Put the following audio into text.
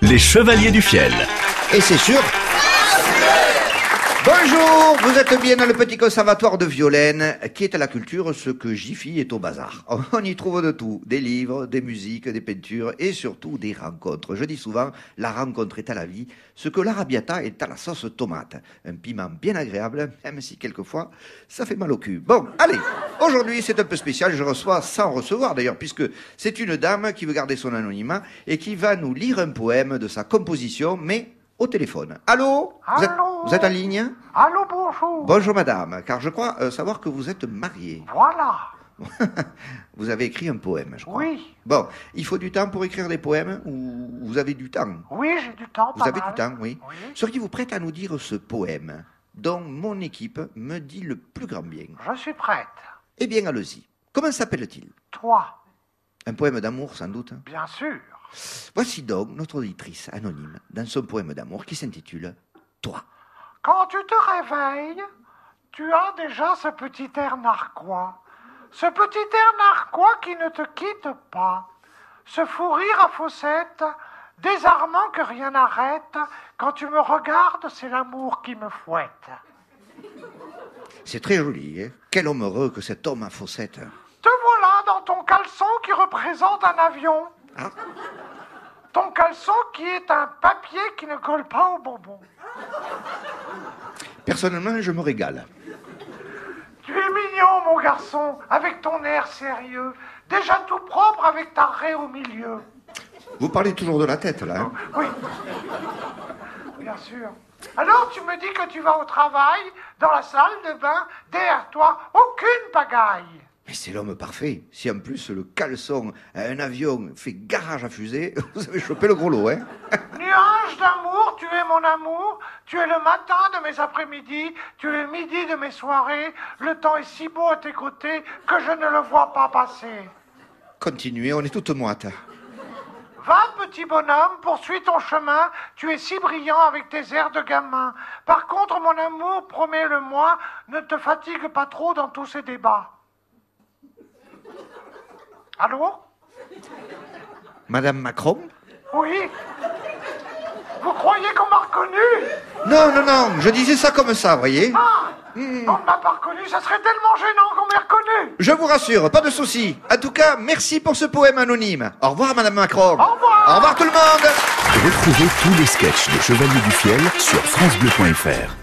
Les Chevaliers du Fiel. Et c'est sûr. Bonjour, vous êtes bien dans le petit conservatoire de Violaine, qui est à la culture ce que Jiffy est au bazar. On y trouve de tout, des livres, des musiques, des peintures et surtout des rencontres. Je dis souvent, la rencontre est à la vie, ce que l'arabiata est à la sauce tomate. Un piment bien agréable, même si quelquefois ça fait mal au cul. Bon, allez, aujourd'hui c'est un peu spécial, je reçois sans recevoir d'ailleurs, puisque c'est une dame qui veut garder son anonymat et qui va nous lire un poème de sa composition, mais au téléphone. Allô vous êtes, Allô vous êtes en ligne Allô, bonjour. Bonjour madame, car je crois euh, savoir que vous êtes mariée. Voilà. vous avez écrit un poème, je crois. Oui, Bon, il faut du temps pour écrire des poèmes ou vous avez du temps oui, j'ai du temps. Vous pas avez mal. du temps, oui. Oui. Ce qui vous prête à nous dire ce poème dont mon équipe me dit le plus grand bien. Je suis prête. Eh bien, allez-y. Comment s'appelle-t-il Toi, Un poème d'amour, sans doute. bien sûr. Voici donc notre auditrice anonyme dans son poème d'amour qui s'intitule Toi. Quand tu te réveilles, tu as déjà ce petit air narquois. Ce petit air narquois qui ne te quitte pas. Ce fou rire à faussette, désarmant que rien n'arrête. Quand tu me regardes, c'est l'amour qui me fouette. C'est très joli, hein Quel homme heureux que cet homme à faussette. Te voilà dans ton caleçon qui représente un avion. Ah. Ton caleçon qui est un papier qui ne colle pas au bonbon. Personnellement, je me régale. Tu es mignon, mon garçon, avec ton air sérieux, déjà tout propre avec ta raie au milieu. Vous parlez toujours de la tête, là. hein Oui, bien sûr. Alors tu me dis que tu vas au travail, dans la salle de bain, derrière toi, aucune pagaille. Mais c'est l'homme parfait. Si en plus le caleçon à un avion fait garage à fusée, vous avez chopé le gros lot, hein Nuage d'amour, tu es mon amour, tu es le matin de mes après-midi, tu es le midi de mes soirées, le temps est si beau à tes côtés que je ne le vois pas passer. Continuez, on est toute moite. Va, petit bonhomme, poursuis ton chemin, tu es si brillant avec tes airs de gamin. Par contre, mon amour, promets-le-moi, ne te fatigue pas trop dans tous ces débats. Allô Madame Macron Oui Vous croyez qu'on m'a reconnu Non, non, non, je disais ça comme ça, voyez Ah On ne m'a pas reconnu, ça serait tellement gênant qu'on m'ait reconnu Je vous rassure, pas de souci. En tout cas, merci pour ce poème anonyme. Au revoir, Madame Macron. Au revoir. Au revoir tout le monde. Retrouvez tous les sketchs des Chevaliers du Fiel sur FranceBleu.fr.